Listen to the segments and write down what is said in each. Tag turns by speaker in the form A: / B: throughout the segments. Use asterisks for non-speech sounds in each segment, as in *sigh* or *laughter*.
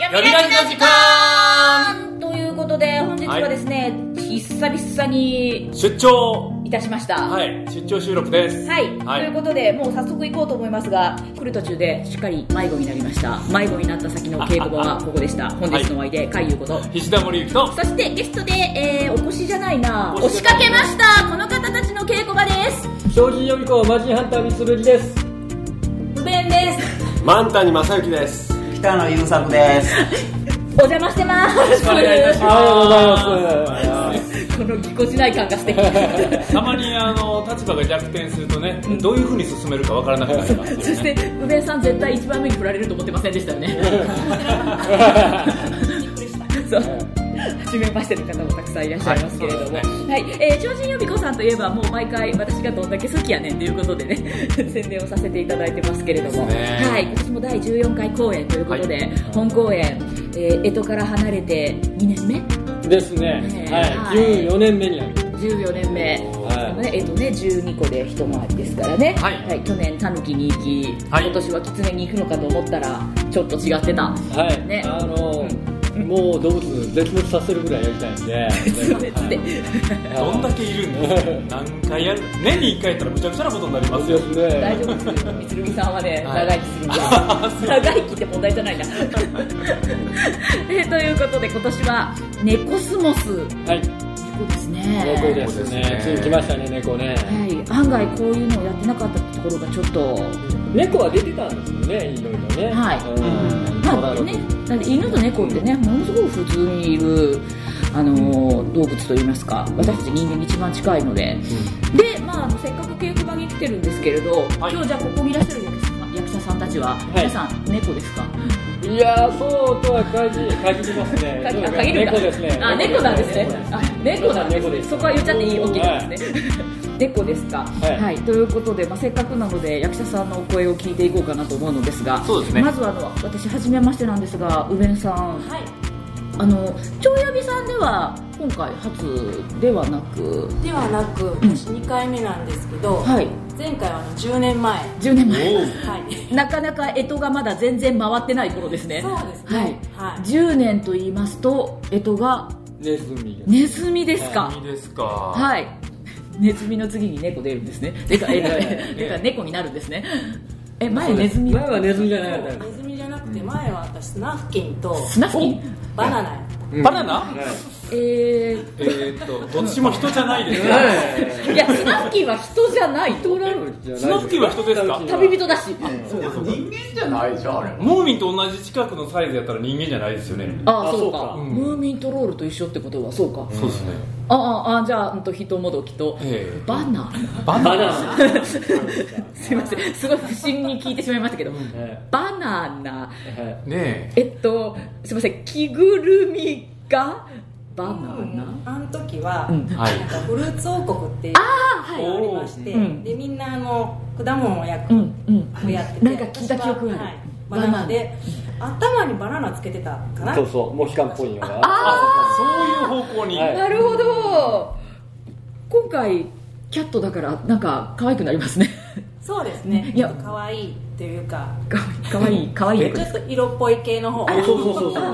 A: やみラジの時間ということで、本日はですね、久々に
B: 出張
A: いたしました。は。
B: はいい出張収録です
A: ということで、もう早速行こうと思いますが、来る途中でしっかり迷子になりました。迷子になった先の稽古場はここでした。本日のお相手、かいゆうこと。
B: 菱田森行と
A: そしてゲストで、えー、お越しじゃないな、押
B: お越
A: し
B: しじゃ
A: か
B: ない
A: けました。この方たちの稽古場です。
C: 超人予備校マジンハンター三つぶりです
A: 不便です。
B: 万谷正幸です
D: 北野優作です。
A: お邪魔してます。よろしくお
B: 願いいたしま
C: ありがとうございます
A: *laughs* す。このぎこちない感が素敵。
B: たまにあの立場が逆転するとねどういうふうに進めるかわからなくなりますよ
A: そし
B: ね *laughs*
A: て、宇部さん絶対一番目に振られると思ってませんでしたよね。そう。初めましての方もたくさんいらっしゃいますけれども、
B: は
A: はいい
B: そうで
A: えー超人予備校さんといえばもう毎回私がどんだけ好きやねんということでね *laughs* 宣伝をさせていただいてますけれども、
B: ですね
A: はい、今年も第14回公演ということで、
B: は
A: 本公演、えー、江戸から離れて2年目
C: ですね
A: は
C: はいい14年目になる
A: 14年目、
C: は
A: ね、えっとね12個で一回りですからね、
B: はい
A: 去年タヌキに行き、
B: はい
A: 今年はキツネに行くのかと思ったらちょっと違ってた
C: いはい、
A: ね
C: あのもう動物絶滅させるぐらいやりたいんで
A: で
B: どんだけいるんですか何回やる年に1回やったらむちゃくちゃなことになりますよ
C: です
A: *laughs* 大
C: ね
A: 丈夫ですよみつるみさんはね、
B: はい
A: 長生きするん
B: *laughs*
A: だ長生きって問題じゃないな *laughs* えということで今年は猫スモス
C: はい
A: 猫ですね
C: 猫で
B: 猫です
C: す
B: ね
C: ねついに来ましたね猫ね
A: はい、案外こういうのをやってなかったところがちょっと
C: 猫は出てたんですよねいろいろね
A: はい
C: うん
A: まあね、だって犬と猫ってね、ものすごく普通にいる、あのー動物といいますか私たち人間に一番近いので、で、まああの、せっかく稽古場に来てるんですけれど、
B: はい
A: 今日じゃあここにいらっしゃる役者さん役者さんたちは、皆さん猫ですか
C: いやーそうとは限り限りますね
A: か
C: そう
A: あ
C: か
A: 限るんだ
C: 猫ですね
A: あ猫なんですねあ猫なんです
C: 猫
A: ね
C: です
A: そこは言っちゃっていい OK なんですね *laughs* 猫ですか、は
C: はいい
A: ということで、まあ、せっかくなので役者さんのお声を聞いていこうかなと思うのですが
B: そうですね
A: まずはあの私初めましてなんですがウベンさん
E: はい、
A: あの長屋美さんでは今回初ではなく
E: ではなく、私2回目なんですけど、
A: はい
E: 前回はあの10年前、は
A: 10年前
E: い、
A: なかなか干支がまだ全然回ってない頃ですね
E: そうです
A: は
E: ね
A: い、
E: はい
A: 10年と言いますと干支が
C: ネズミが
A: ネズミですか
B: いいですか
A: はいいネズミの次に猫出るんですねてかえ
C: やいや
A: てか猫になるんですねえ前ネズミ
C: 前はネズミじゃなかったんで
E: ネズミじゃなくて前は私スナフキンと
A: スナフキン
E: バナナやっ
B: バナナ
C: す
A: え
B: えーっ *laughs* とどっちも人じゃないですよ
C: はい
A: ー、いやスナフキンは人じゃないと
B: スナフキンは人ですか
A: 旅人だし
D: 人間じゃないでしょ、あれ。
B: モーミンと同じ近くのサイズやったら人間じゃないですよね
A: ああ
C: あ
A: そ
C: そうう
A: か
C: か
B: うん
A: ムーミントロールと一緒ってことはそうか、
B: そうですね
A: あああじゃあうんと人もどきと、
B: ええ
A: バナ
B: バナナ
A: ナ *laughs* すいませんすごい不審に聞いてしまいましたけど、
C: は
A: バナナ
C: いはい
B: ね
A: えっとすいません着ぐるみがバナナ
E: あの時は、
A: うん
B: えはい
E: なんかフルーツ王国っていう
A: あ
E: の
A: は
E: が
A: い
E: ありまして、
A: うん
E: でみんなあの果物を焼く、
A: うんうん
E: あのやってて
A: なんか聞いた記憶がある
E: 私ははいバナナで頭にバナナつけてたかな
C: そうそう、モヒカンっぽいのが。
B: あそういう方向に、
C: はい
A: なるほど今回キャットだからなんか可愛くなりますね *laughs*
E: そうですね
A: いや
E: 可愛いっていうか
A: かわいいかわいい
E: ちょっと色っぽい系の方
C: そうそうそうそ
B: ほ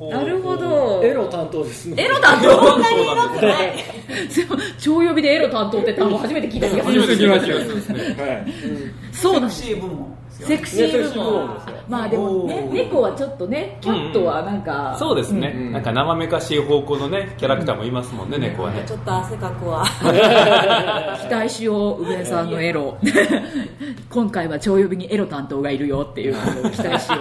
B: うほ
C: う。
B: う
A: なるほど
C: エロ担当ですね。
A: エロ担当
B: そうなんです
A: 超呼びでエロ担当って単語初めて聞いた気がす
B: 初
A: る
B: めて聞いた気がするんですね
C: はい。
A: そうなんです
D: シー部門。
A: セクシー部
C: セクシー部
A: 門
C: 門ですよ
A: まあでもね
B: おー
A: 猫はちょっとねキャットはなんか、
B: そうですね、
C: ん
B: なんか生めかしい方向のねキャラクターもいますもんね、猫はね
E: ちょっと汗かくわ
A: 期待しよう上さんのエロ今回は超呼びにエロ担当がいるよっていうことを期待しよ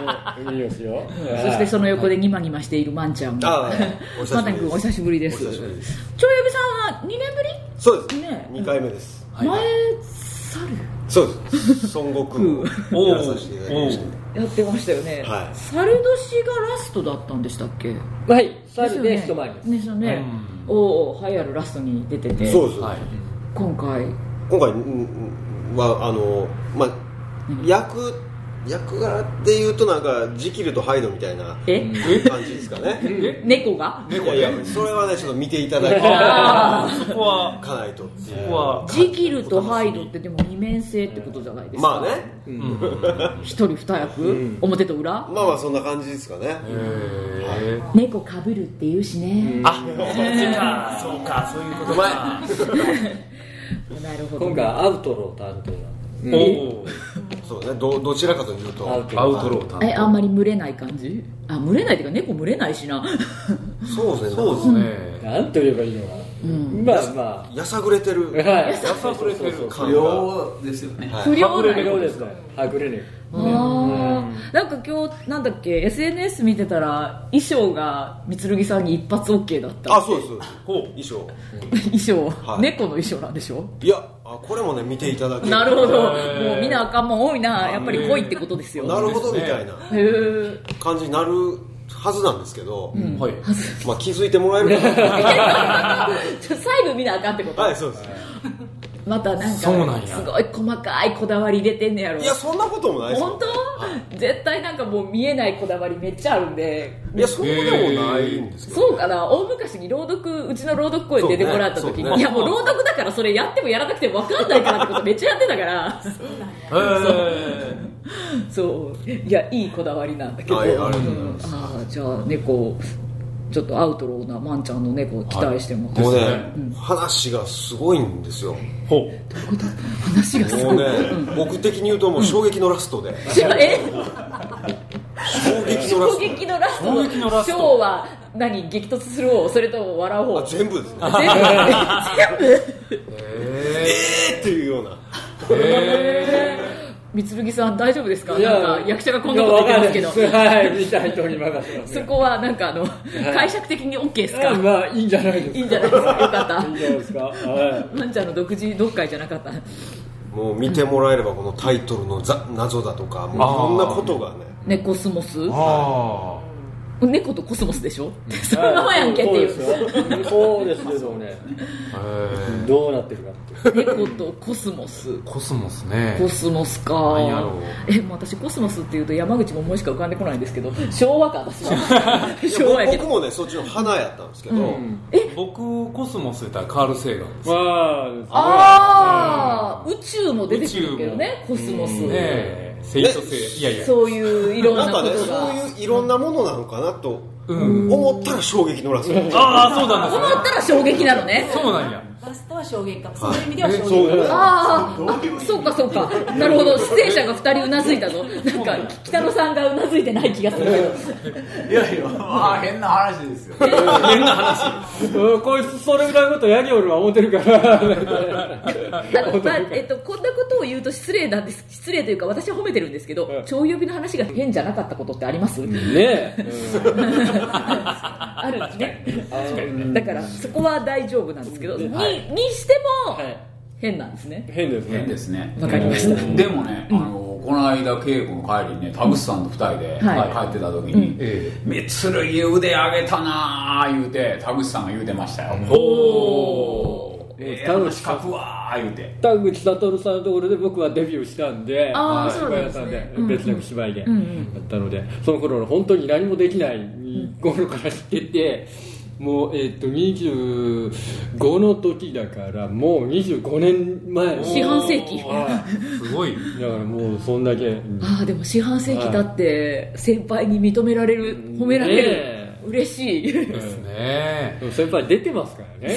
A: う
C: *laughs* いいですよ。
A: そしてその横でニマニマしているまんちゃんも
F: ああ
A: *laughs*
F: お久しぶりで
A: ま
F: す
A: たくんお久しぶりです
F: お久しぶりで
A: 超呼びさんは2年ぶ
F: そうです、
A: りね
F: 2回目です、
A: 前猿
F: そうです孫悟空を
B: お
F: やらさせていただきまし
B: お
F: た
A: やってましたよね、
F: はい
A: 猿年がラストだったんでしたっけ
C: はい、猿で一回りです。
A: ですよね
B: うん
A: おお流行るラストに出てて
F: そうです、
B: はい、
A: 今回
F: 今回うんうんはあのまあ役役柄っていうとなんかジキルとハイドみたいな
A: え
F: 感じですかね
B: え
A: 猫が
F: いやいやそれはねちょっと見ていただいて
B: あーそこは
F: かないとって
B: そ
F: いう
B: こは
A: ジキルとハイドってでも二面性ってことじゃないですか
F: まあね
A: 一人二役、表と裏
F: まあまあそんな感じですかね
A: 猫かぶるって言うしね、
B: あそっちかそうかそういうことか
A: なるほど
C: 今回アウトロー担当
B: おお
F: そうねどどちらかというと
C: アウト
B: アウトロー担
A: えあんまり群れない感じあ群れないっていうか猫群れないしな
F: そうですね
B: そうですね
C: なんて言えばいいのかな、まあま
F: やさぐれてる
C: あはい
B: やさぐれてる
C: そうそうそ
F: 感
C: う
F: が
D: 量ですよね。
F: はい
A: 不良
C: そう
A: な
C: 不良
A: の
C: ですねはぐれね
A: あーなんか今日なんだっけ SNS 見てたら衣装が三剣さんに一発 OK だった
F: あそうですそうです衣装
A: 衣装、
F: はい
A: 猫の衣装なんでしょ
F: いやあこれもね見ていただける
A: なるほど
B: へー
A: もう見なあかんもん多いなやっぱり恋ってことですよ
F: なるほど
B: そうで
F: み
B: すね
F: たいな
A: へー
F: 感じになるはずなんですけど、
B: はい
F: まあ、気づいてもらえる
A: *laughs*
F: かな
A: ちょ *laughs* 最後見なあかんってこと、
F: はいそうです
A: またなんか
B: そうなんや
A: すごい細かいこだわり入れてんねやろ
F: いやそんなこともないですよ
A: 本当絶対なんかもう見えないこだわりめっちゃあるんで
F: いやそうでもないんですけど、
A: そうかな大昔に朗読うちの朗読公演出てもらった時
F: そ
A: に、
F: うねそうね
A: いやもう朗読だからそれやってもやらなくても分かんないからってことめっちゃやってたから
B: え
A: そういやいいこだわりなんだけど、
F: はいありがとうございます
A: ああじゃあ猫ちょっとアウトローなマンちゃんの猫を期待してます、
F: もうね
B: ですね、
F: 話がすごいんですよも
B: ーほ
A: 話がすご
F: う
A: い、
F: ね、僕的に言うともう衝撃のラストで、
A: 知ら *laughs* え
F: 衝撃のラ
A: 衝
F: スト
A: 撃のラスト
B: 衝
F: で
B: 撃のラスト
A: ショーは何激突する方それとも笑う
F: あ
A: 方
F: 全部ですね
A: 全部 *laughs* 全部
F: えーっていうような
B: うへ
A: 三剣さん大丈夫ですか
C: いや
A: なんか役者がこんなこと言ってますけど
C: いやわかんないですはい見た人に任せます
A: そこはなんかあの解釈的に OK ですか、
C: あまあいいんじゃないですか
A: いいんじゃないですかよか
C: *laughs*
A: った
C: いいんじゃないですかは
A: マンちゃんの独自読解じゃなかった
F: もう見てもらえればこのタイトルのざ謎だとかもういろんなことがね
A: ねコスモス
B: あ
A: 猫とコスモスでしょ、そ
C: い
A: のままやんけっていう
C: そうですよそうですけどね
B: あ
C: どうなってるかっていう
A: 猫とコスモス
B: コスモスね
A: コスモスか
B: 何やろう
A: えもう私コスモスっていうと山口百恵しか浮かんでこないんですけど昭和か私は昭和やけ
F: 僕
A: ど
F: もねそっちの花やったんですけど、
B: 僕コスモス言ったらカール・セーガンです
C: まあですね
A: ああ宇宙も出てくるけどねコスモス、
B: ねえセイントセイいやいや
A: そういういろん
F: なん
A: な
F: か
A: こ
F: ね
A: と
F: そう
A: が
F: いういろんなものなのかなと
B: うん
F: 思ったら衝撃のラスト
B: ああそうなんです
A: 思ったら衝撃なのね
B: そうなんや
E: ラストは証言かもそういう意味では
F: え
E: 証
F: そう
E: 言か
A: あーあそうかそうかなるほど出演者が2人うなずいたぞなんか北野さんがうなずいてない気がするけど
D: いやいや、まあ変な話ですよ。ね
C: うんこいつそれぐらいのことやりおるは思ってるから *laughs*
A: あのまあえっと、こんなことを言うと失礼なんです失礼というか私は褒めてるんですけど
C: うん
A: 超呼びの話が変じゃなかったことってあります、
C: ねえ
A: あるんですね
C: 確かに
A: だからそこは大丈夫なんですけど、
D: はい
A: ににしても
C: はい
A: 変なんですね
C: 変です
D: 変
C: ね
D: ですね。
A: わかりました
D: でもね、あのこの間稽古の帰りにね、田口さんと二人で帰
A: はい
D: ってた時に
B: ええ、
D: 三つ剣腕上げたなー言うて、田口さんが言うてましたよ。
B: ほ
D: おええ話書くわー言うて。
C: 田口悟さんのところで僕はデビューしたんで
A: あー
C: はい
A: そう
C: 芝
A: なんで
C: 居屋
A: す
C: さ
A: ね
C: んで
A: うんうん
C: 別なく芝居でや
A: うんう
C: ったのでその頃の本当に何もできない頃から知っててもうえっと25の時だからもう25年前
A: *laughs* 四半世紀
C: はい
B: すごい
C: だからもうそんだけうん
A: ああでも四半世紀だって先輩に認められる褒められる、
C: ねえ
A: 嬉しい
B: ですね
C: でも先輩出てますからね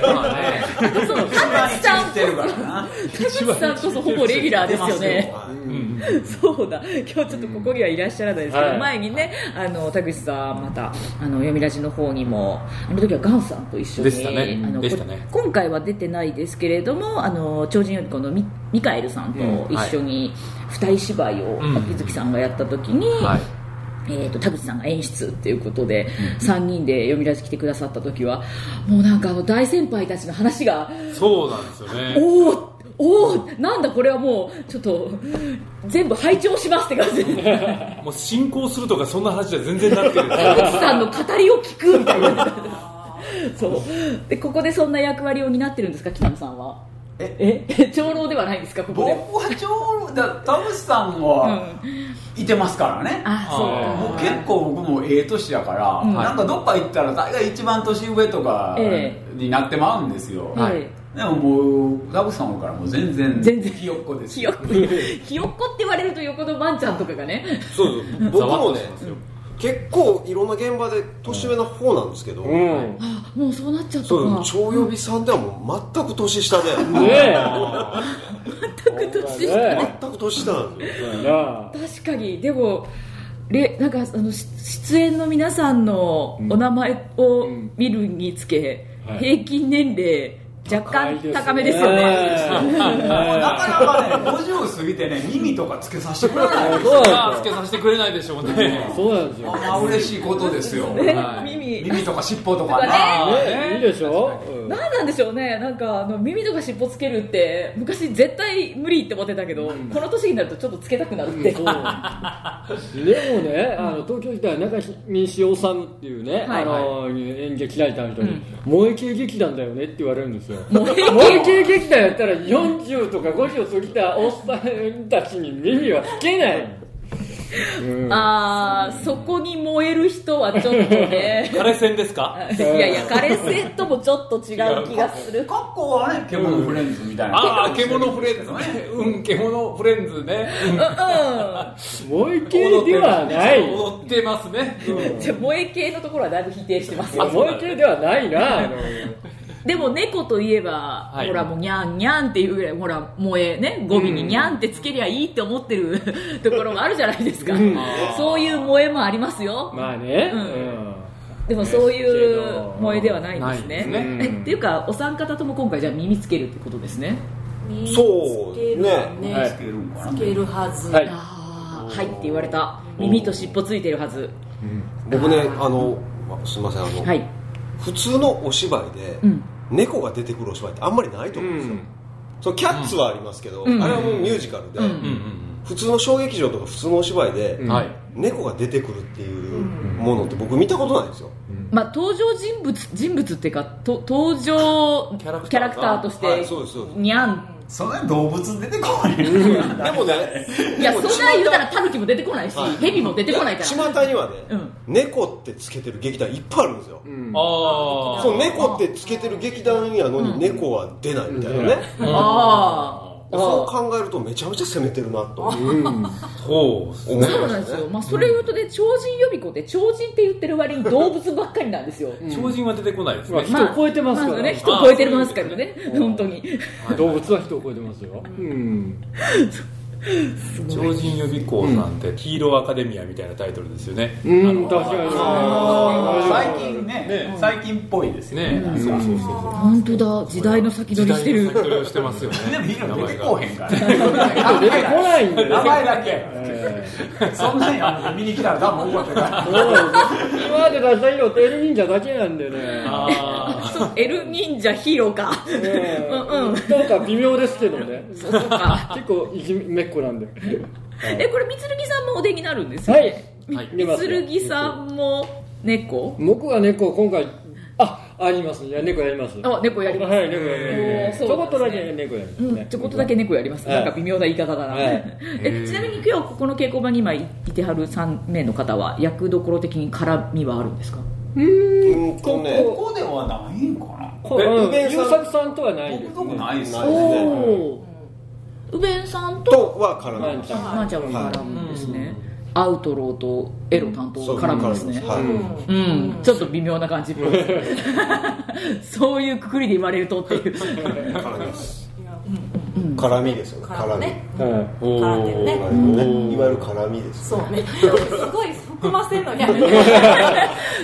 B: まあね
A: そう田口さん
D: 知ってるからな。
A: 田口さんこそほぼレギュラーですよね
F: はい
A: そうだ今日ちょっとここにはいらっしゃらないですけど、
C: はい
A: 前にねあの田口さんまたあの読みラジの方にもあの時はガンさんと一緒に
B: でしたね
A: あの
B: でしたね
A: こ今回は出てないですけれどもあの超人よりこのミミカエルさんと一緒に二重芝居を
B: うん
A: 秋月さんがやった時に、
B: はい
A: えー、と田口さんが演出っていうことで、三3人で読みラジ来てくださった時はもうなんかあの大先輩たちの話が
B: そうなんですよね
A: おーおーなんだこれはもうちょっと全部拝聴しますって
B: *laughs*
A: 感じで
B: もう進行するとかそんな話じゃ全然なくてですね
A: 田口さんの語りを聞くみたいな
B: *laughs*
A: そうでここでそんな役割を担ってるんですか北野さんは *laughs* ええ長老ではないんですかここ
D: 僕
A: で
D: は長老だ田口さんは、いてますからね
A: あそう
B: あ
D: もう結構僕もええ年やから、
A: うん
D: なんかどっか行ったら大概一番年上とか
A: え
D: になってまうんですよ、
A: はい
D: でももうダブさんおるからもう全然
A: 全然
D: ひよっこです
A: ひよっこひよっこって言われると横のばんちゃんとかがね
F: *laughs* そうそ
B: ざ
F: う僕
B: わっ
F: も
B: と
F: ね
B: しますよ
F: 結構いろんな現場で年上の方なんですけど、
C: うん
A: あもうそうなっちゃった
F: そう
A: か
F: 超予備さんではもう全く年下で
C: ねえ
A: 全く年下
C: ね
F: 全く年下なんですよ
C: えなあ
A: 確かにでもれなんかあのし出演の皆さんのお名前を
C: うん
A: 見るにつけ、
C: はい
A: 平均年齢若干高めですよね
D: な
C: ね
D: かなかね50過ぎてね耳とかつけさせてくれない
C: え
D: です
C: そう
B: ま
C: な
B: あ
C: ん
B: つ
C: です
B: け
C: よ
B: させてくれないでしょう
F: *laughs*
B: ね
C: そうなんですよ
D: まあ嬉しいことですよ
A: ね
B: はい
A: 耳
D: 耳とか尻尾とか
A: とかね
D: ね
B: あ
C: ねいいでしょうん
A: 何なんでしょうねなんかあの耳とか尻尾つけるって昔絶対無理って思ってたけど、この年になるとちょっとつけたくなるって、
C: そうでもね、あの東京時代中西治っていうね、
A: はい
C: あの演劇ライターの人に、
A: うん
C: 萌え系劇団だよねって言われるんですよ
A: 萌え系
C: 萌え系劇団やったら40とか50を過ぎたおっさんたちに耳はつけない、うん
A: ああそこに燃える人はちょっとね
B: 枯れ線ですか
A: いやいや枯れ線ともちょっと違う気がする
D: 格好はね獣フレンズみたいな
B: ああ獣フレンズねうん獣フレンズね
A: う
C: 萌え系ではない
B: 踊ってますね
A: んじゃあ萌え系のところはだいぶ否定してますよ
C: 萌え系ではないなあの
A: でも猫といえば、
B: はい
A: ほらもうニャンニャンっていうぐらいほら萌えね語尾にニャンってつけりゃいいって思ってる *laughs* ところもあるじゃないですか、
C: うん
A: そういう萌えもありますよ、
C: まあね、
A: うん
C: うん
A: でもそういう
C: ですけど
A: 萌えではないんですね
B: ないです
C: ね
A: えっていうかお三方とも今回じゃあ耳つけるってことですね、
F: そう
E: 見つける
F: ね
C: はい
D: つけるんかな
E: つけるはず、
C: はい
A: ああはいって言われた耳と尻尾ついてるはず
F: 僕ねあのあすいませんあの、
A: はい
F: 普通のお芝居で、
A: うん
F: 猫が出てくるお芝居ってあんまりないと思うんですよ、そのキャッツはありますけど、
A: うん
F: あれはもうミュージカルで、
A: うん
B: うんうん
F: 普通の小劇場とか普通のお芝居で、
C: う
B: うんんはい
F: 猫が出てくるっていうものって僕見たことないんですよ、
A: まあ、登場人物人物っていうかと登場
B: キャラクターが
A: キャラクターとし
F: は
A: て
F: いそうですそうです
A: にゃん
D: そんなに動物出てこない
F: でもね
A: いやそん
F: でも
A: な言うたらタヌキも出てこないし
F: はい
A: ヘビも出てこないから
F: 巷にはね、
A: うん
F: 猫ってつけてる劇団いっぱいあるんですよ、
C: うん
B: ああ
F: そう猫ってつけてる劇団やのに猫は出ないみたいなね、
A: ああ
F: そう
A: ああ
F: 考えるとめちゃめちゃ攻めてるなと思い
C: うん
B: そうっす
F: ま
A: そうなんで
F: し
A: す
F: た
A: よ、
F: ね
A: まあ、それ言うとね超人予備校って超人って言ってる割に動物ばっかりなんですよ、
B: 超人は出てこないです
C: まあ
B: ね
C: 人を超えてますから、
A: まあね人超えてますからね本当に
C: 動物は人を超えてますよ、うん、
B: 超人予備校なんてヒーローアカデミアみたいなタイトルですよね
C: うん、確かに
D: 最近ね
B: ね
D: 最近っぽいですね
B: ねそうそうそうそう
A: 本当だ時代の先取りしてる
B: 時代の先取りをしてますよね
D: でもヒーロー出てこうへ
A: *laughs*
D: んから
C: 出てこないんだ
D: 名
C: よ、
D: 前だけ
C: えー
D: そんなにあの見に来たら多分覚えてない
C: そう今まで出した色ってエル忍者だけなんでね
B: ああ
A: そうエル忍者ヒーローか
C: えー
A: うんうん
C: なんか微妙ですけどね
A: そうそうか
C: 結構いじめっ子なんで
A: えこれみつるぎさんもお出になるんですよ
C: は
A: ね、
C: い
B: はい
C: 出ますよ
A: 剣さんも猫
C: 僕は猫今回あありますいや猫やります
A: あ猫やります
C: はい猫やります
A: おーそう
C: ちょ
A: な
C: こ
A: ん
C: っ
A: ですね
C: とだけ猫やります
A: う
C: ね
A: ん、ちょこっとだけ猫やります、
C: はい
A: なんか微妙な言い方だな、
C: はい
A: えちなみに今日ここの稽古場に今いてはる3名の方は役どころ的に絡みはあるんですか
F: うんとね
D: ここではないんかな
C: こう
B: え
C: うん
F: ウベンさん
C: 優作さんとはないで
D: 僕
C: す
D: とこないですよ
F: ないですね
A: おうべんさんと
F: とは絡
C: まん
F: み
C: ちゃん
A: まーちゃんも絡むんですね、アウトローとエロ担当が絡むんですね
F: そう絡みますはい
A: うん、ちょっと微妙な感じっ *laughs* ぽいですそういうくくりで言われるとっていう
F: 絡みです
E: いや
F: 絡みですよね
E: 絡
F: 絡
E: む
F: み
E: ね
C: はい
E: 絡んでるね
F: 絡みねいわゆる絡みです
E: そうねすごい含ませるのにやめて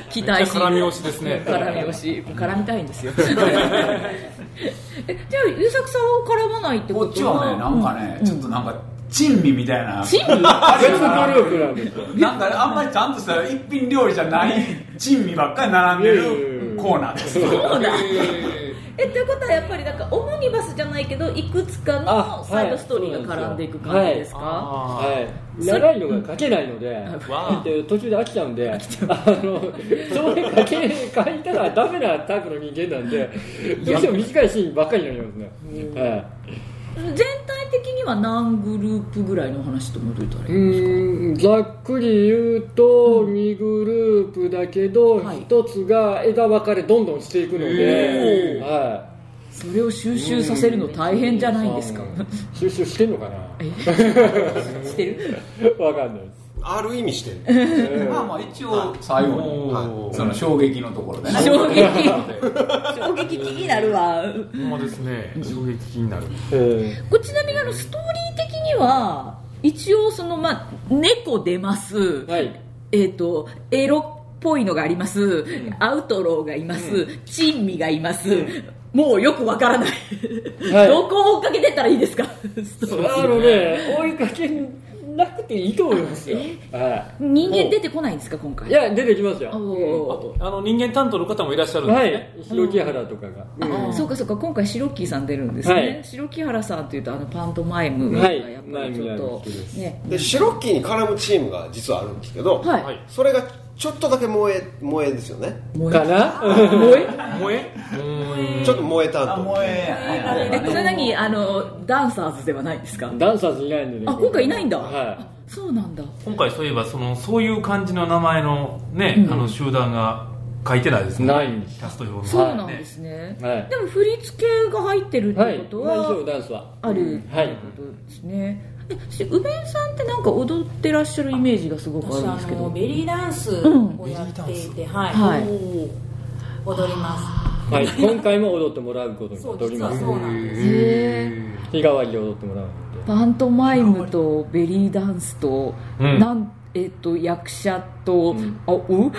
A: 期
B: め
A: 待
B: っ
A: し
B: ちゃ絡み押しですね
A: 絡み押し絡みたいんですよ *laughs* えじゃあ優作さんは絡まないって
D: こ
A: こ
D: っ
A: と
D: ちはねなんかね、ちょっとなんか珍味みたいな
A: チーム
C: 別グループなんですよ
D: なんかねあんまりちゃんとした一品料理じゃない珍味ばっかり並んでるコーナーです
A: そうだ
B: え
A: えということはやっぱりなんかオモニバスじゃないけどいくつかの
C: あ
A: サイドストーリーが絡んでいく感じですか、
B: あ
C: はい、長いのが書けないので、
B: わあ
C: で途中で飽きちゃうんで、あのそれ書け書いたらダメなタイプの人間なんで、どうしても短いシーンばっかりになりますね。はい
A: 全体的には何グループぐらいのお話と戻ったら
C: う
A: いいですか
C: ーんざっくり言うと2グループだけど
A: はい
C: 1つが枝分かれどんどんしていくので、
B: へ
C: は
A: それを収集させるの大変じゃないんですか
C: うん収集してんのかな
A: してる
C: わかんないです
F: ある意味してる
D: まあまあ一応最後に
B: おー
D: その衝撃のところでね
A: 衝撃衝撃気になるわ
B: ほんまですね衝撃になる
C: え
A: これちなみにあのストーリー的には一応そのまあ猫出ます、
C: ーはい
A: えっ、とエロっぽいのがあります、アウトローがいます、珍味がいます、もうよくわからない、
C: はい
A: どこを追っかけてったらいいですかストーリー
C: あのね追いかけなくていいと思いますよ、は
A: 人間出てこないんですか今
C: い、
A: 回
C: いや出てきますよ
A: おお、
B: あの人間担当の方もいらっしゃるんです
C: は
B: ね、
C: い白木原とかが、うん
A: あそうかそうか今回白木さん出るんですね、
C: はい
A: 白木原さんというとあのパントマイムがやっぱりちょっと、
C: はい
A: ね
F: でシロッキーに絡むチームが実はあるんですけど、
A: はい、
B: はい
F: それがちょっとだけ燃え燃えですよね、
A: 燃
C: か
A: え
C: な、 *laughs*
A: 燃え
B: 萌えうーん
F: ちょっと燃えた
D: あ
F: 後
D: もうええ
A: えそれ何あのダンサーズではないんですか
C: ダンサーズいないんでね
A: あ今回いないんだ、
C: は
A: あそうなんだ
B: 今回そういえばそのそういう感じの名前のね、
A: うん
B: あの集団が書いてないです
C: い、
B: ね
C: ないんです
B: キャスト表の
A: そうなんですね、
C: はい
A: でも振り付けが入ってるって
C: はい
A: いうこと
C: まあ以上
A: は
C: ダンスは
A: あるって
C: はい
A: いうことですね、えそして梅井さんってなんか踊ってらっしゃるイメージがすごくあ
E: 私
A: るん
E: あ
A: ですけ
E: の
A: ど
E: ベリーダンスをやっていて、はい、
A: はい
E: 踊りま
C: はい、今回も踊ってもらうことに
E: す
C: な
E: そう
C: っており
E: 実
C: ま
E: は
C: す
E: そうなんです
A: へ
C: 日替わりで踊ってもらうので
A: パントマイムとベリーダンスと、
B: うん
A: なんえっと役者と、あお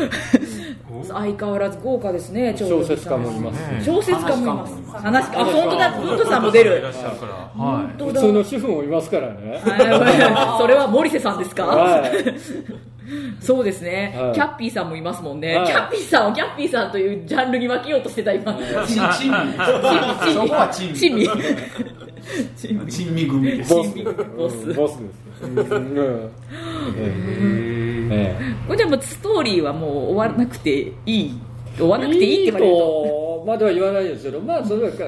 A: *laughs* 相変わらず豪華ですね長
C: 小
A: 力
C: 説
A: さ
C: 家
A: ん
C: もいます
A: 小説家もいます
D: 話
A: 話あ本当だ文トさんも出
B: い
A: る
B: らっしゃるから、はい
A: 本当
C: 普
A: だ
C: 通の主婦もいますからね
A: はい *laughs* それは森瀬さんですか、
C: はい
A: そうですね、
C: はい
A: キャッピーさんもいますもんね、
C: はい
A: キャッピーさんをキャッピーさんというジャンルに分けようとしてた今
D: *laughs* 珍味そこは珍味
A: 珍味
C: *laughs*
D: 珍味組です
C: ボスです
A: ボス
C: うんボスですうんうんええ
A: これじゃあもうストーリーはもう終わらなくていい終わらなくていいって言われると
C: とまでは言わないですけどまあそれはか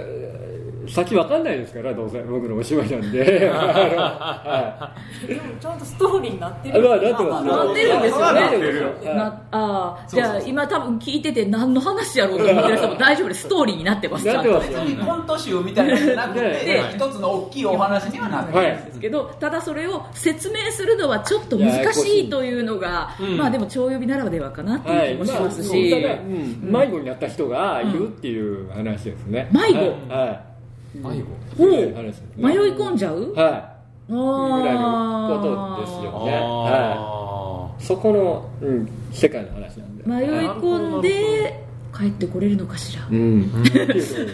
C: 先わかんないですからどうせ僕のお芝居な
A: *laughs*
C: んであのは
E: すでもちゃんとストーリーになって
C: い
E: る
C: まあなってます
A: なってるんですよね
C: なってるんですよはい
A: なあーじゃあ今多分聞いてて何の話やろうと思ってる人も大丈夫ですストーリーになってますち
C: な
A: ゃ
C: っ
A: ん
C: て
A: と
C: ますよ
D: コント集みたいなのじゃなくて
A: ね
D: 一つの大きいお話にはなって
C: は
D: る
C: い
A: ですけどただそれを説明するのはちょっと難しいというのが
B: うん
A: まあでも超呼びならではかなって
C: は
A: いう
C: い
A: 気もし
C: まあ
A: ますし、
C: ただうん迷子になった人がいるっていう話ですね
A: 迷子
C: はいはい
A: ほう
C: そういう話ですね
A: 迷い込んじゃう、
C: はい
A: あ
C: ぐ
A: ー
C: らいのことですよね、は
B: あ
C: い、そこの、うん、世界の話なんで、
A: 迷い込んで帰ってこれるのかしら、
C: うん、っていうことですね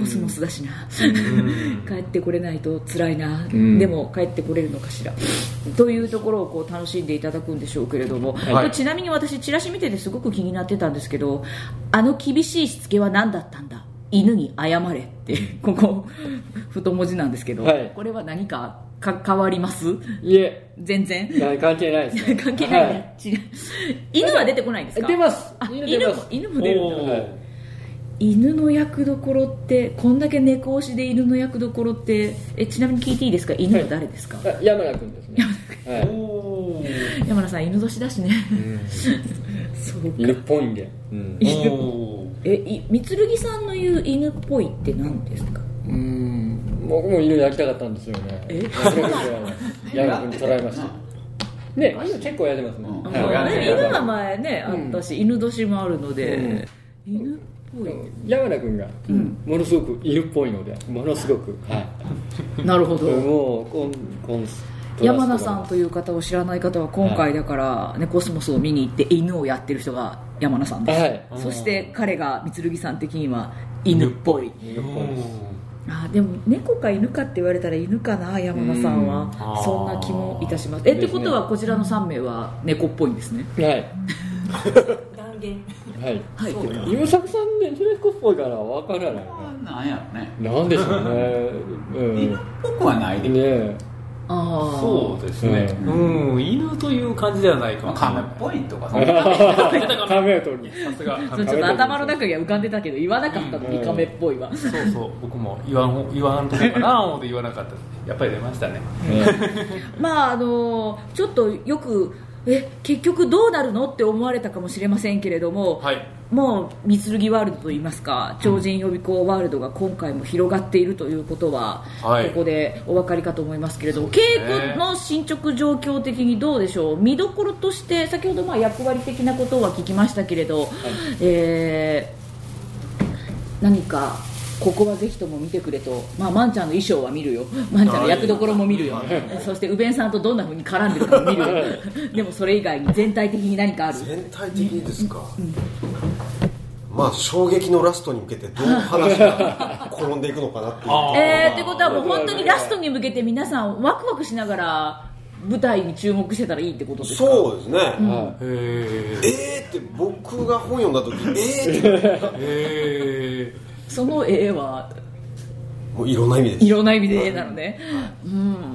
A: コスモスだしな、
B: ん
A: 帰ってこれないと辛いな、
C: ん
A: でも帰ってこれるのかしらというところをこう楽しんでいただくんでしょうけれども、これちなみに私チラシ見ててすごく気になってたんですけどあの厳しいしつけは何だったんだ犬に謝れって *laughs* ここ太文字なんですけど、
C: はい
A: これは何かか変わります
C: いえ
A: 全然
C: な関係ないです、ね、
A: *laughs* 関係ない
C: は
A: ね、違う犬は出てこないんですか
C: 出ます
A: あ犬
C: 犬出ま
A: も
C: す
A: 犬
B: ー
A: も出るんだ
B: おー
A: 犬の役どころってこんだけ猫推しで犬の役どころってえちなみに聞いていいですか犬は誰ですか、
C: あ山田君ですね、はい、
B: おー
A: 山田さん犬年だしね、 *laughs* そう
C: 犬っぽいんで、うん
B: おー
A: えい三剣さんの言う犬っぽいって何ですか
C: うん僕も犬やりたかったんですよね *laughs*
A: え
C: 山田君に捉えましたね犬結構やってますね、
D: うん
A: あ
C: は
A: の
C: い
D: や
A: ね犬は前ねあ
C: うん
A: ったし、犬年もあるので、犬っぽい
C: 山田君がものすごく犬っぽいのでものすごく、はい
A: なるほど、
C: もうコンコンストラスト
A: 山田さんという方を知らない方は今回だから、ね、コスモスを見に行って犬をやってる人が山田さんです、
C: はい
A: そして彼が三剣さん的には犬っぽい
C: 犬っぽいです
A: あーでも猫か犬かって言われたら犬かな山田さんは
B: あー
A: そんな気もいたしますえってことはこちらの3名は猫っぽいんですね
C: はい
E: 断言
C: はい
A: はい
E: そうだ
C: 優作さんで猫っぽいからわからない
D: なんやろね
C: なんでしょうね、う
D: 犬っ
C: ん、
D: ぽくはないで
C: ねえ
A: ああ
B: そうですね、うん、犬という感じではないか
D: まあ
B: もしれ
D: カメ
B: ない
D: っぽいとか
C: *laughs*
D: さ
C: カメは取り
B: さすが
A: ちょっと頭の中には浮かんでたけど言わなかったのにカメっぽいわ
B: そうそう僕も言わん言わんとかな思って言わなかったやっぱり出ましたね
A: まああのちょっとよくえ結局どうなるのって思われたかもしれませんけれども、
B: はい
A: もう水ぎワールドといいますか超人予備校ワールドが今回も広がっているということは、
B: はい
A: ここでお分かりかと思いますけれども、稽古の進捗状況的にどうでしょう見どころとして先ほどまあ役割的なことは聞きましたけれど、えー何かここはぜひとも見てくれと、まあ、まんちゃんの衣装は見る
F: *laughs*
A: よまんちゃんの役どころも見るよ *laughs* そしてウベンさんとどんなふうに絡んでるかも見るよ
F: *laughs*
A: でもそれ以外に全体的に何かある
F: 全体的にですか、まあ衝撃のラストに向けてどう話が転んでいくのかなっていう
B: あ
A: えー、ってことはもう本当にラストに向けて皆さんワクワクしながら舞台に注目してたらいいってことですか
F: そうですね、
C: は
B: へ
F: えーって僕が本読んだ時えーって
B: えへえ
A: その絵は
F: もういろんな意味です
A: いろんな意味で絵なのね、うん、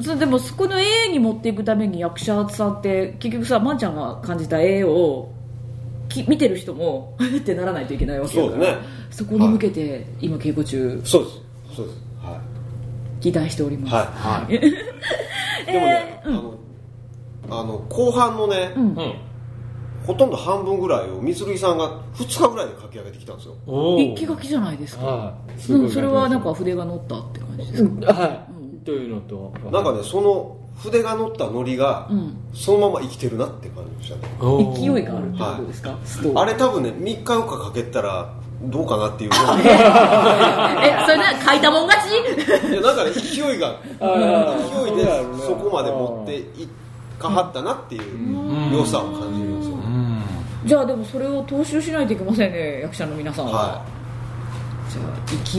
A: それでもそこの絵に持っていくために役者さんって結局さまんちゃんが感じた絵をき見てる人も *laughs* ってならないといけないわけだから
F: そうですね
A: そこに向けて今稽古中
F: そうですそうですは
A: 期待しておりま
F: い
A: す、
F: はい、
A: え
F: でもね、
A: ーうん
F: あのあの後半のね、
A: うん
B: うん
F: ほとんど半分ぐらいを三井さんが2日ぐらいで書き上げてきたんですよ
B: お
A: 一気書きじゃないです
C: い
A: か、
C: はいす
A: う
C: ごい
A: ん、それはなんか筆が乗ったって感じですか、
C: はいというのと
F: なんかねその筆が乗ったノリが、
A: うん
F: そのまま生きてるなって感じでしたね
A: 勢いがあるってことですか、ストーリー
F: あれ多分ね3日4日かけたらどうかなっていうぐらい
A: えそれなんか書いたもん勝ち *laughs*
F: いやなんかね勢いが
C: あー
F: 勢いで
C: そうだろうな
F: そこまで持っていかはったなっていう良さを感じるんですよね
A: じゃあでもそれを踏襲しないといけませんね役者の皆さんは、
F: は
A: じゃ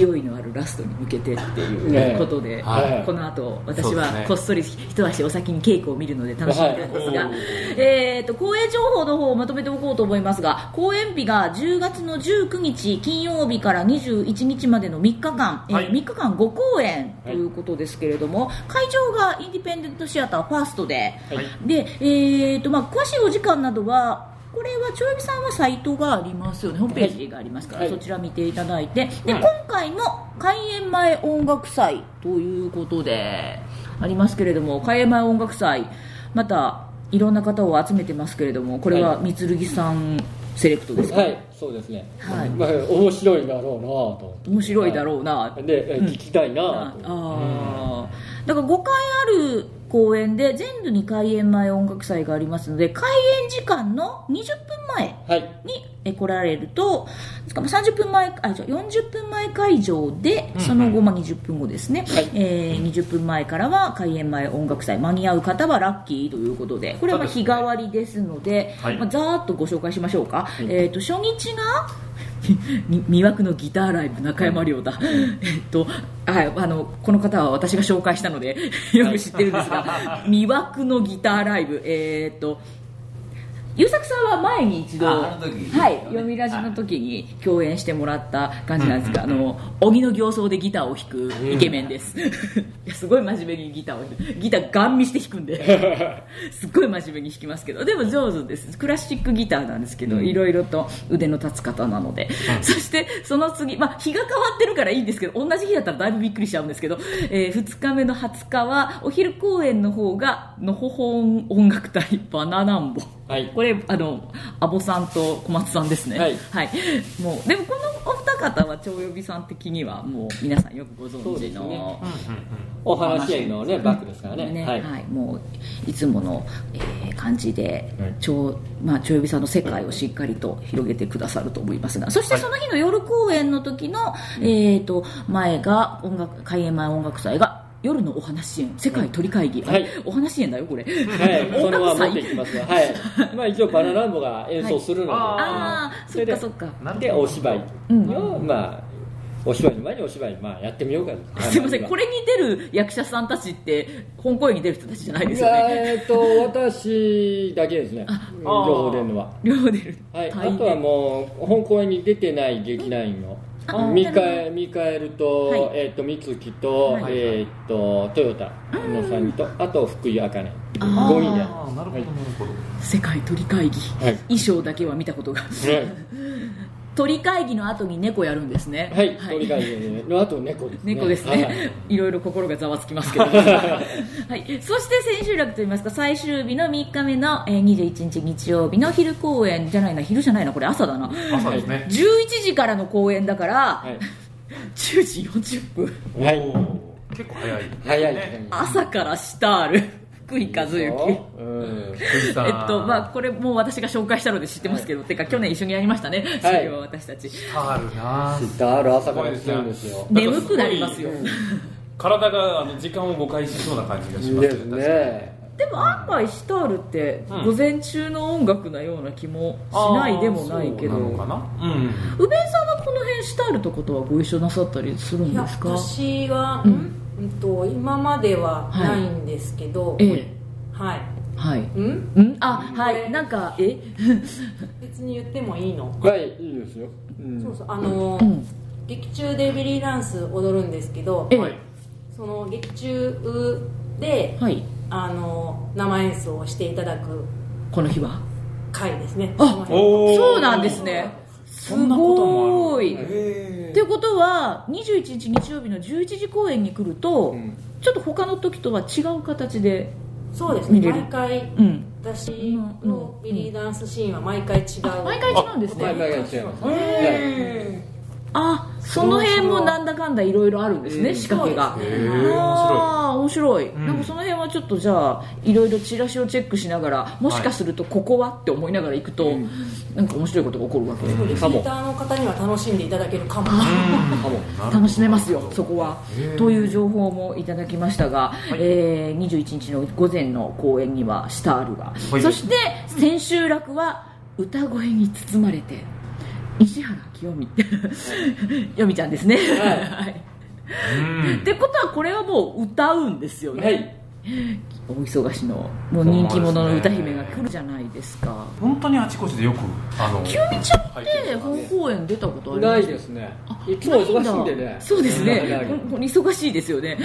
A: あ勢いのあるラストに向けてってい
C: ね
A: うことで、
C: はい
A: この後私
B: そうで
A: は
B: すね
A: こっそり一足お先に稽古を見るので楽しみなんですが、えー、と公演情報の方をまとめておこうと思いますが公演日が10月の19日金曜日から21日までの3日間、え
B: はい
A: 3日間5公演ということですけれども、会場がインディペンデントシアターファーストで、で、えーとまあ、詳しいお時間などはこれはちょいびさんはサイトがありますよねホームページがありますから、
C: はい
A: そちら見ていただいてで、今回も開演前音楽祭ということでありますけれども開演前音楽祭またいろんな方を集めてますけれどもこれは
C: は
A: 三剣さんセレクトですか、
C: はいそうですね
A: はい
C: まあ面白いだろうなと
A: 面白いだろうな、
C: でえ聞きたいな
A: あ
C: と
A: あーだから5回ある公演で全部に開演前音楽祭がありますので開演時間の20分前
C: はい
A: にえ来られるとしかも30分前あじゃあ40分前会場でその後、まあ、20分後ですね、
C: はい
A: えー20分前からは開演前音楽祭間に合う方はラッキーということでこれはまあ
B: そう
A: 日
B: ですね
A: 替わりですので、
B: はい
A: まあ、ざーっとご紹介しましょうか、えー、と初日が *laughs* み魅惑のギターライブ中山亮太、 *laughs* えっとはい、あのこの方は私が紹介したのでよく知ってるんですが魅惑のギターライブえっ、と優作さんは前に一度
D: ああの時
A: はい、読みラジの時に共演してもらった感じなんですが、あの鬼の形相でギターを弾くイケメンです、 *laughs* いやすごい真面目にギターを弾くギターガン見して弾くん
D: *laughs*
A: ですっごい真面目に弾きますけどでも上手ですクラシックギターなんですけどいろいろと腕の立つ方なので、そしてその次、まあ、日が変わってるからいいんですけど同じ日だったらだいぶびっくりしちゃうんですけど、え2日目の20日はお昼公演の方がのほほん音楽隊バナナンボ
C: はい
A: これあの阿保さんと小松さんですね
C: はい
A: もうでもこのお二方は長呼びさん的にはもう皆さんよくご
C: そ
A: 存
C: う
A: 知
C: です
A: の、
C: ねお話し合いのねバックですからね
A: はいもういつもの、えー感じで
C: はい
A: 長,、まあ、長指さんの世界をしっかりと広げてくださると思いますがそしてその日の夜公演の時の、えー、と前が音楽開演前音楽祭が夜のお話し園世界鳥会議、
C: はい
A: あれお話し園だよこれ、
C: はい、そ
A: 音楽
C: のまま持っ
A: 祭
C: ていきますが、はい、まあ一応バナナンボが演奏するので、
A: ああそっかそっか
C: なんでお芝居の、まあお芝居の前にお芝居まあやってみようかと。
A: *laughs* すいませんこれに出る役者さんたちって本公演に出る人たちじゃないですよね
C: えっと私だけですね。両方出るのは。
A: 両方出る、
C: はい、
A: 大変
C: あとはもう本公演に出てない劇団員の
A: あ
C: ミカエミカエルと、
A: はい
C: えっ、と三月と、
A: はい
C: えっ、とトヨタの三人と、あと福井茜
A: あー
C: 五人で、
B: ああなるほどなるほど
A: 世界鳥会議、
C: はい
A: 衣装だけは見たことが鳥会議の後に猫やるんですね
C: はい、はい、鳥がいいねのあと猫ですね
A: 猫です
C: はい
A: ね、 *laughs* い、ろいろ心がざわつきますけど、はい、そして千秋楽といいますか最終日の3日目の、えー、21日日曜日の昼公演じゃないな昼じゃないなこれ朝だな
B: 朝ですね
A: 11時からの公演だから、
C: はい
A: 10時40分
C: はい
B: おー結構早い
C: 早い
B: ね
A: 朝からシタール福井和幸
C: うん
B: 藤井さん
A: えっとまあ、これもう私が紹介したので知ってますけど、てか去年一緒にやりましたね、それは私たち
B: あるな
C: ツイッターある朝から来てるんですよ
A: 眠くなりますよ
B: 体があの時間を誤解しそうな感じがします
C: で
B: よ
C: す
B: 確かに
C: ね
A: でも案外シタールって
B: うん
A: 午前中の音楽なような気もしないでもないけど
B: あーそうなのかなうん
A: 宇部さんはこの辺シタールとことはご一緒なさったりするん
E: いや
A: ですか
E: 私は、
A: う
E: うんんうんと今まではないんですけど、
A: ええ
E: はい、
A: はい
E: うん、
A: うんあはいなんかえ
E: 別に言ってもいいの、
C: はいいいですよ、うん
E: そうそうあの、
A: うん
E: 劇中でベリーダンス踊るんですけど
A: え
E: その劇中で、
A: はい
E: あの生演奏をしていただく
A: この日は
E: 回ですね
A: あ
E: その辺
B: おー
A: そうなんですねす
B: そんなことも
A: ご
B: あ
A: い
B: る
A: っ
B: へ
A: てことは21日日曜日の11時公演に来ると、
C: うん
A: ちょっと他の時とは違う形で
E: そうです
A: 見
E: ね
A: れる
E: 毎回
A: うん
E: 私のベリーダンスシーンは毎回違う、
A: あ毎回違うんです
C: 前々
A: ね
C: が違います
B: ーへ
A: あその辺もなんだかんだいろいろあるんですね、
C: うん
A: 仕掛けが
B: ーへー
A: ああ面白い、
B: ん
A: なんかその辺はちょっとじゃあいろいろチラシをチェックしながらもしかするとここはって思いながら行くと、
C: うん
A: なんか面白いことが起こるわけ、
E: リピーターの方には楽しんでいただけるかも
C: かも
A: 楽しめますよそこは
B: へー
A: という情報もいただきましたが、えー21日の午前の公演にはシタールが、
B: はい
A: そして千秋楽は歌声に包まれて石原清美 *laughs* よみちゃんですね、はい
B: ーうん
A: ってことはこれはもう歌うんですよね、
C: はい
A: 大忙しのもう人気者の歌姫が来るじゃないですか
B: 本当にあちこちでよくあの
A: 清美ちゃんって本公演出たことありま
C: な
A: す
C: いですねいつも忙しいんでね
A: そうです
C: な
A: ね
C: い
A: ほんほん忙しいですよね、
C: はい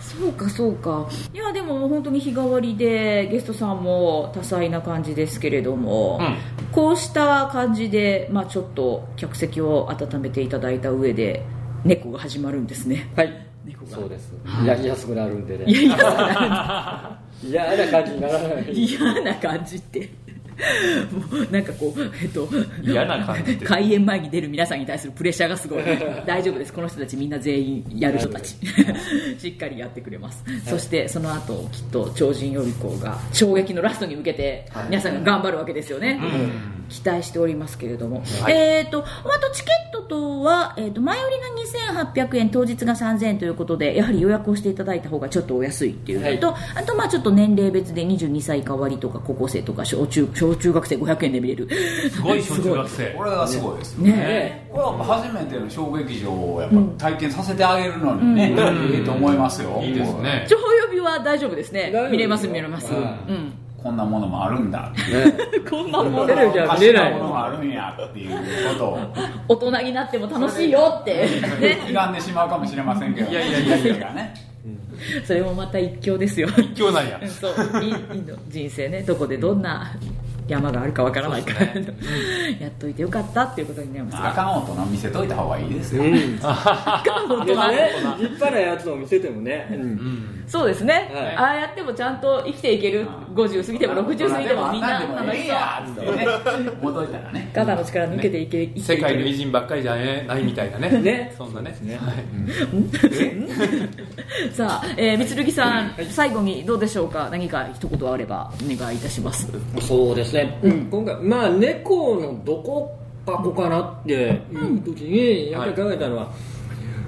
A: そうかそうかいやでも本当に日替わりでゲストさんも多彩な感じですけれども、
B: うん
A: こうした感じで、まあ、ちょっと客席を温めていただいた上で猫が始まるんです
C: *laughs*
A: ね
C: はい
A: 猫が
C: そうですやりやすくなるんで
A: いや
C: ね
A: いや
C: 嫌な感じにならない
A: 嫌な感じってもうなんかこうえっと
B: 嫌な感じで
A: 開演前に出る皆さんに対するプレッシャーがすごい大丈夫ですこの人たちみんな全員やる人たちしっかりやってくれます、そしてその後きっと超人予備校が衝撃のラストに向けて皆さんが頑張るわけですよね、
B: うん
A: 期待しておりますけれども、
B: はい
A: えー、とあとチケットとは、えー、と前売りが2800円当日が3000円ということでやはり予約をしていただいた方がちょっとお安いっていうのと、あとまあちょっと年齢別で22歳以わりとか高校生とか小中小中学生500円で見れる
B: すごい小中学生
D: これはすごいですよ
A: *laughs* ね
C: ね
D: これは初めての小劇場をやっぱ体験させてあげるのにね、
B: うん
D: いいと思いますよ
B: いいですね
A: 超予備は大丈夫ですね
C: 大丈夫ですよ
A: 見れます見れます、
C: うん
A: うん、
D: こんなものもあるんだ
A: こんなもん
C: テレビじゃ見れない
D: こんなものもあるんやっていうことを
A: 大人になっても楽しいよってね
D: 歪んでしまうかもしれませんけど
B: いやいやいやいや
D: がね
A: それもまた一興ですよ
B: 今日なんや
A: うんそういいいいの人生ねどこでどんな山があるかわからないから、
B: そうで
A: やっといてよかったっていうことになります
D: *laughs* あ
A: が
D: かん大人見せといた方がいいです
C: う
D: よ、
C: んでね
A: *laughs* 大
C: 立
A: 人
C: 派なやつを見せてもね
B: うん
A: そうですね、
C: はい
A: ああやってもちゃんと生きていける50過ぎても60過ぎてもみんな
D: でも
A: 楽し
D: いい
A: そう
D: やっつってね戻ったらね
A: 肩の力抜けていけ、生きて
B: 世
A: いけ
B: 界の偉
A: る
B: 人ばっかりじゃないみたいなね
C: ね
B: そんなね
C: ね
B: はい
A: さあ、えー、三剣さん、最後にどうでしょうか何か一言あればお願いいたします
C: そうですね、今回、まあ、猫のどこかこかなっていう時に、やっぱり考えたのは、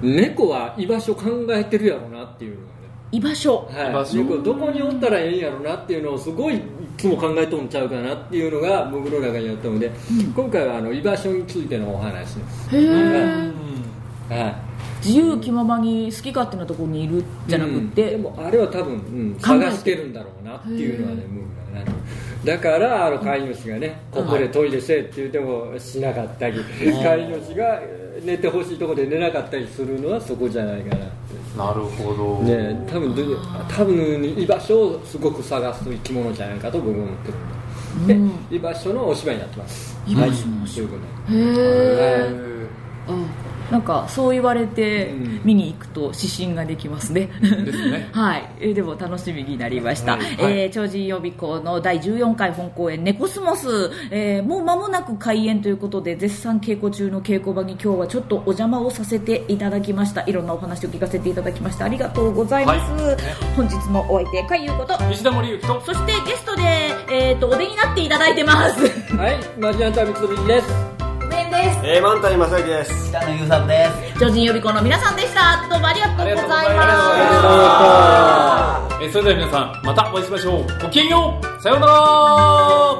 C: 猫は居場所考えてるやろなっていうの
A: 居場所
C: がね、
B: 居場
C: はい、
B: 所
C: 猫どこにおったらええんやろなっていうのをすごいいつも考えとんちゃうかなっていうのが僕の中にあったので、今回はあの居場所についてのお話です。はい
A: 自由気ままに好き勝手なところにいるじゃなく
C: うん
A: て、
C: でもあれは多分、うん、
A: 考えて
C: 探してるんだろうなっていうのはねムーがねだからあの飼い主がねここでトイレせえって言ってもしなかったり、飼い主がえー寝てほしいとこで寝なかったりするのはそこじゃないかなって
B: なるほど、
C: ね多分ど多分居場所をすごく探す生き物じゃないかと僕は思ってるんで、居場所のお芝居になってます居場所のお芝居
A: うんなんかそう言われて
C: うん
A: 見に行くと指針ができますね。
B: ですね
A: *laughs* はい、えーでも楽しみになりました、
B: はい
A: えー超人予備校の第14回本公演「ネコスモス」えーもう間もなく開演ということで絶賛稽古中の稽古場に今日はちょっとお邪魔をさせていただきましたいろんなお話を聞かせていただきましたありがとうございます、本日のお相手かいうこと
B: 石田森ゆきと
A: そしてゲストで、えー、とお出になっていただいてます
C: はいマジアンタミツビです
F: えー、満タイマサイです
G: 北野優作です
A: 超人予備校の皆さんでしたどうもありがとうございま
B: ありがとうございま
A: し
B: したえーそれでは皆さんまたお会いしましょうごきげんようさようなら